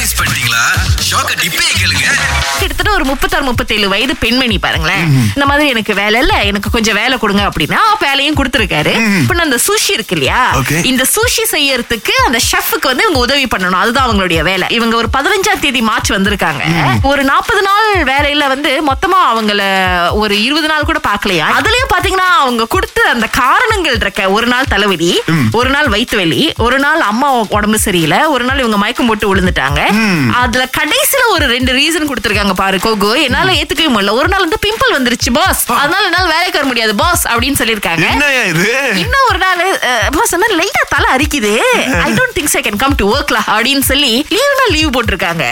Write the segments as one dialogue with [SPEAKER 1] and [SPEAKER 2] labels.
[SPEAKER 1] Miss பண்ணிட்டீங்களா ஷாக்க டிப்பே கேளுங்க
[SPEAKER 2] கிட்டத்தட்ட ஒரு முப்பத்தாறு முப்பத்தேழு வயது பெண்மணி பாருங்களேன் இந்த மாதிரி எனக்கு வேலை இல்ல எனக்கு கொஞ்சம் வேலை கொடுங்க அப்படின்னா வேலையும் கொடுத்திருக்காரு இப்ப நான் அந்த சூஷி இருக்கு இல்லையா
[SPEAKER 1] Okay.
[SPEAKER 2] இந்த சூஷி செய்யறதுக்கு அந்த ஷெஃப்க்கு வந்து இவங்க உதவி பண்ணணும் அதுதான் அவங்களுடைய வேலை இவங்க ஒரு பதினஞ்சாம் தேதி மார்ச் வந்திருக்காங்க ஒரு நாற்பது நாள் வேலையில வந்து மொத்தமா அவங்கள ஒரு இருபது நாள் கூட பாக்கலையா அதுலயும் பாத்தீங்கன்னா அவங்க கொடுத்த அந்த காரணங்கள் இருக்க ஒரு நாள் தலைவலி ஒரு நாள் வயிற்று வலி ஒரு நாள் அம்மா உடம்பு சரியில்லை ஒரு நாள் இவங்க மயக்கம் போட்டு விழுந்துட்டாங்க அதுல கடைசியில ஒரு ரெண்டு ரீசன் கொடுத்திருக்காங்க பாரு கோகு என்னால ஏத்துக்கவே முடியல ஒரு நாள் வந்து பிம்பிள் வந்துருச்சு பாஸ் அதனால என்னால வேலைக்கு வர முடியாது பாஸ் அப்படின்னு சொல்லியிருக்காங்க
[SPEAKER 3] என்னய்யா இது
[SPEAKER 2] இன்னும் ஒரு நாள் பாஸ் என்ன லைட்டா தலை அரிக்குது I don't thinks I can come to ஒர்க்ல அப்படின்னு சொல்லி லீவ்னா லீவ் போட்டிருக்காங்க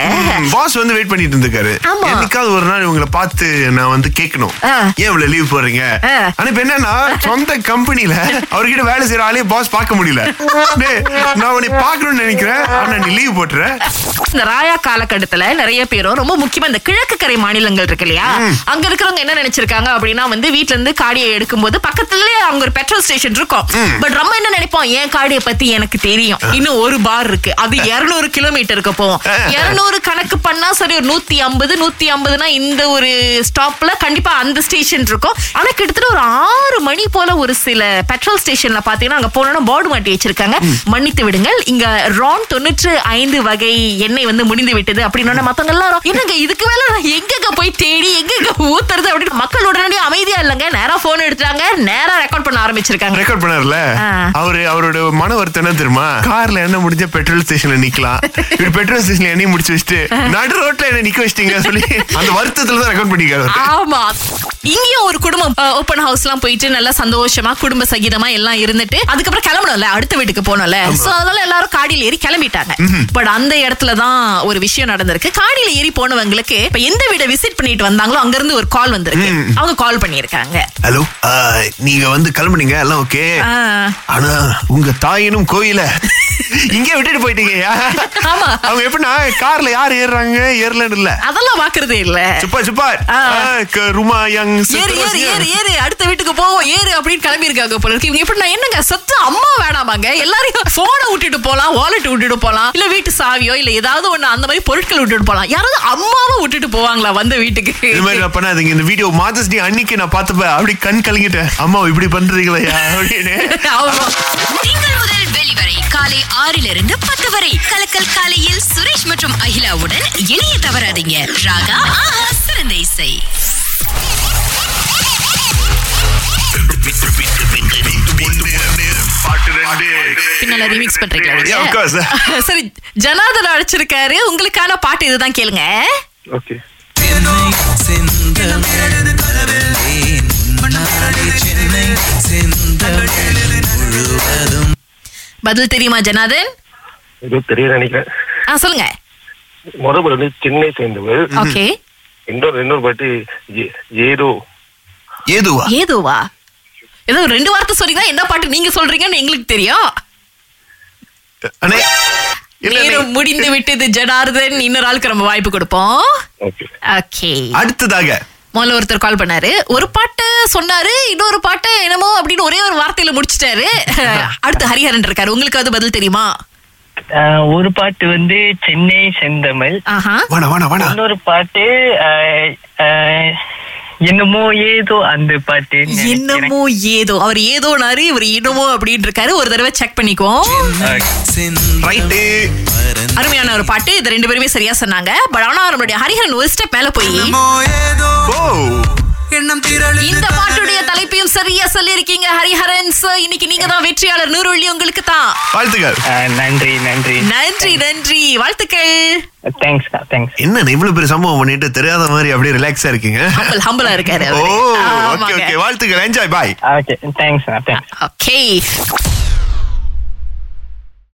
[SPEAKER 3] பாஸ் வந்து வெயிட் பண்ணிட்டு இருந்திருக்காரு
[SPEAKER 2] ஆமா.
[SPEAKER 3] என்னைக்காவது ஒரு நாள் இவங்களை பார்த்து நான் வந்து கேட்கணும்
[SPEAKER 2] ஆ.
[SPEAKER 3] ஏன் இவ்வளவு லீவ் போடுறீங்க
[SPEAKER 2] ஆ.
[SPEAKER 3] ஆனா இப்ப என்னன்னா சொந்த கம்பெனில அவர்கிட்ட வேலை செய்யற ஆளே பாஸ் பார்க்க முடியல டேய், நான் உன்னை பார்க்கணும்னு நினைக்கிறேன் ஆனா நீ லீவ் போட்டுற
[SPEAKER 2] இந்த ராயா காலகட்டத்துல நிறைய பேரும் ரொம்ப முக்கியமா இந்த கிழக்கு கரை மாநிலங்கள் இருக்கு இல்லையா அங்க இருக்கிறவங்க என்ன நினைச்சிருக்காங்க அப்படின்னா வந்து வீட்ல இருந்து காடியை எடுக்கும்போது பக்கத்துலயே அங்க ஒரு பெட்ரோல் ஸ்டேஷன் இருக்கும் பட் நம்ம என்ன நினைப்போம் என் காடியை பத்தி எனக்கு தெரியும் இன்னும் ஒரு பார் இருக்கு அது 200 கிலோமீட்டருக்கு போவோம் 200 கணக்கு பண்ணா சரி ஒரு நூத்தி ஐம்பது நூத்தி ஐம்பதுனா இந்த ஒரு ஸ்டாப்ல கண்டிப்பா அந்த ஸ்டேஷன் இருக்கும் ஆனா கிட்டத்தட்ட ஒரு ஆறு மணி போல ஒரு சில பெட்ரோல் ஸ்டேஷன்ல பாத்தீங்கன்னா அங்க போனோம்னா போர்டு மாட்டி வச்சிருக்காங்க மன்னித்து விடுங்கள் இங்க ரான் தொண்ணூற்று ஐந்து வகை எண்ணெய் வந்து முடிந்து விட்டது அப்படின்னு மத்தவங்க எல்லாரும் என்னங்க இதுக்கு மேல நான் எங்கெங்க போய் தேடி எங்கெங்க ஊத்துறது அப்படின்னு மக்கள் உடனடியே அமைதியா இல்லைங்க நேரா போன் எடுத்தாங்க நேரா ரெக்கார்ட் பண்ண ஆரம்பிச்சிருக்காங்க
[SPEAKER 3] ரெக்கார்ட் பண்ணார்ல
[SPEAKER 2] ஆ.
[SPEAKER 3] அவரு அவரோட மன வருத்தம் என்ன தெரியுமா கார்ல என்ன முடிஞ்ச பெட்ரோல் ஸ்டேஷன்ல நிக்கலாம் இப்படி பெட்ரோல் ஸ்டேஷன்ல எண்ணெய் முடிச்சு வச்சுட்டு நடு ரோட்ல என்ன நிக்க வச்சிட்டீங்க சொல்லி அந்த வருத்தத்துல தான் ரெக்கார்ட் பண்ணிக்காரு
[SPEAKER 2] ஆமா இங்கேயும் ஒரு குடும்பம் ஓப்பன் ஹவுஸ்லாம் போயிட்டு நல்லா சந்தோஷமா குடும்ப சகிதமா எல்லாம் இருந்துட்டு அதுக்கப்புறம் கிளம்பணும்ல அடுத்த வீட்டுக்கு போனோம்ல சோ அதனால எல்லாரும் காடியில ஏறி கிளம்பிட்டாங்க பட் அந்த இடத்துல தான் ஒரு விஷயம் நடந்திருக்கு காடியில ஏறி போனவங்களுக்கு இப்ப எந்த வீடை விசிட் பண்ணிட்டு வந்தாங்களோ அங்க இருந்து ஒரு கால் வந்திருக்கு அவங்க கால் பண்ணியிருக்காங்க
[SPEAKER 3] ஹலோ நீங்க வந்து கிளம்புனீங்க எல்லாம் ஓகே
[SPEAKER 2] ஆ.
[SPEAKER 3] ஆனா உங்க தாயினும் கோயில இங்கே விட்டுட்டு போயிட்டீங்கயா
[SPEAKER 2] ஆமா.
[SPEAKER 3] அவங்க எப்படின்னா கார்ல யார் ஏறுறாங்க ஏறலன்னு இல்ல
[SPEAKER 2] அதெல்லாம் பாக்குறதே இல்ல
[SPEAKER 3] சுப்பா சுப்பா
[SPEAKER 2] ஆ.
[SPEAKER 3] ருமா யங்
[SPEAKER 2] ஏறு ஏறு ஏறு ஏறு அடுத்த வீட்டுக்கு போவோம் ஏறு அப்படின்னு கிளம்பி இருக்காங்க போல இருக்கு இவங்க எப்படி நான் என்னங்க சொத்து அம்மா வேணாமாங்க எல்லாரையும் போனை விட்டுட்டு போலாம் வாலெட் விட்டுட்டு போலாம் இல்ல வீட்டு சாவியோ இல்ல ஏதாவது ஒண்ணு அந்த மாதிரி பொருட்கள் விட்டுட்டு போலாம் யாராவது அம்மாவை விட்டுட்டு போவாங்களா வந்த வீட்டுக்கு
[SPEAKER 3] இது மாதிரி நான் பண்ணாதீங்க இந்த வீடியோ மாதர்ஸ் டே அன்னைக்கு நான் பார்த்துப்பேன் அப்படி கண் கலங்கிட்டேன் அம்மா இப்படி பண்றீங்களா அப்படின்னு
[SPEAKER 2] ஆமா.
[SPEAKER 4] திங்கள் முதல் வெளிவரை காலை ஆறிலிருந்து பத்து வரை கலக்கல் காலையில் சுரேஷ் மற்றும் அகிலாவுடன் இணைய தவறாதீங்க ராகா ஆஹா சிறந்த இசை
[SPEAKER 2] பின்னால remix பண்றீங்களா
[SPEAKER 3] Yeah, of course.
[SPEAKER 2] நீங்க? சரி ஜனாதன் அழைச்சிருக்காரு உங்களுக்கான பாட்டு இதுதான் கேளுங்க
[SPEAKER 5] ஓகே
[SPEAKER 6] சென்னை செந்தமிழ் ஏன் நாடு சென்னை செந்தமிழ் முழுவதும்
[SPEAKER 2] பதில் தெரியுமா ஜனாதன்
[SPEAKER 5] ஏதோ தெரியல நினைக்கிறேன்
[SPEAKER 2] ஆ சொல்லுங்க
[SPEAKER 5] முத பாட்டு வந்து சென்னை சேர்ந்தவர்
[SPEAKER 2] ஓகே
[SPEAKER 5] இன்னொரு இன்னொரு பாட்டு ஏ- ஏதோ
[SPEAKER 3] ஏதுவா
[SPEAKER 2] ஏதோவா ஏதோ ஒரு ரெண்டு வார்த்தை சொன்னீங்கன்னா என்ன பாட்டு நீங்க சொல்றீங்கன்னு எங்களுக்கு தெரியும்
[SPEAKER 3] அண்ணே இல்ல, இல்ல.
[SPEAKER 2] நேரம் முடிந்து விட்டது ஜனார்தன் இன்னொரு ஆளுக்கு நம்ம வாய்ப்பு கொடுப்போம்
[SPEAKER 5] ஓகே
[SPEAKER 2] ஓகே
[SPEAKER 3] அடுத்ததாக
[SPEAKER 2] முதல்ல ஒருத்தர் கால் பண்ணாரு ஒரு பாட்டு சொன்னாரு இன்னொரு பாட்டு என்னமோ அப்படின்னு ஒரே ஒரு வார்த்தையில முடிச்சிட்டாரு அடுத்து ஹரிஹரன் இருக்காரு உங்களுக்கு அது பதில் தெரியுமா
[SPEAKER 7] ஆஹ் ஒரு பாட்டு வந்து சென்னை செந்தமிழ்
[SPEAKER 2] ஆஹா
[SPEAKER 3] வேணா வேணா வேணா
[SPEAKER 7] இன்னொரு பாட்டு ஆஹ் ஆஹ் என்னமோ ஏதோ அந்த பாட்டு நினைக்கிறேன்.
[SPEAKER 2] என்னமோ ஏதோ அவர் ஏதோனாரு இவர் என்னமோ அப்படின்னு இருக்காரு ஒரு தடவை செக் பண்ணிக்குவோம்
[SPEAKER 3] ரைட்டு
[SPEAKER 6] செந்தமிழ்
[SPEAKER 2] அருமையான ஒரு பாட்டு இது ரெண்டு பேருமே சரியா சொன்னாங்க பட் ஆனா நம்மளுடைய ஹரிஹரன் ஒரு ஸ்டெப் மேல போய்
[SPEAKER 6] ஏதோ
[SPEAKER 3] ஓ
[SPEAKER 6] எண்ணம் திரளு
[SPEAKER 2] இந்த பாட்டுடைய தலைப்பையும் சரியா சொல்லியிருக்கீங்க ஹரிஹரன் sir. இன்னைக்கு நீங்க தான் வெற்றியாளர் நூறு உங்களுக்கு தான்
[SPEAKER 3] வாழ்த்துக்கள்
[SPEAKER 7] ஆஹ் நன்றி நன்றி
[SPEAKER 2] நன்றி நன்றி வாழ்த்துக்கள்
[SPEAKER 7] தேங்க்ஸ் தேங்க்ஸ்
[SPEAKER 3] என்ன இவ்வளவு பெரிய சம்பவம் பண்ணிட்டு தெரியாத மாதிரி அப்படியே ரிலாக்ஸா இருக்கீங்க
[SPEAKER 2] ஹம்பல் ஹம்பலா இருக்காரு
[SPEAKER 3] ஓ ஓகே ஓகே வாழ்த்துக்கள் enjoy bye
[SPEAKER 7] okay thanks thanks
[SPEAKER 2] okay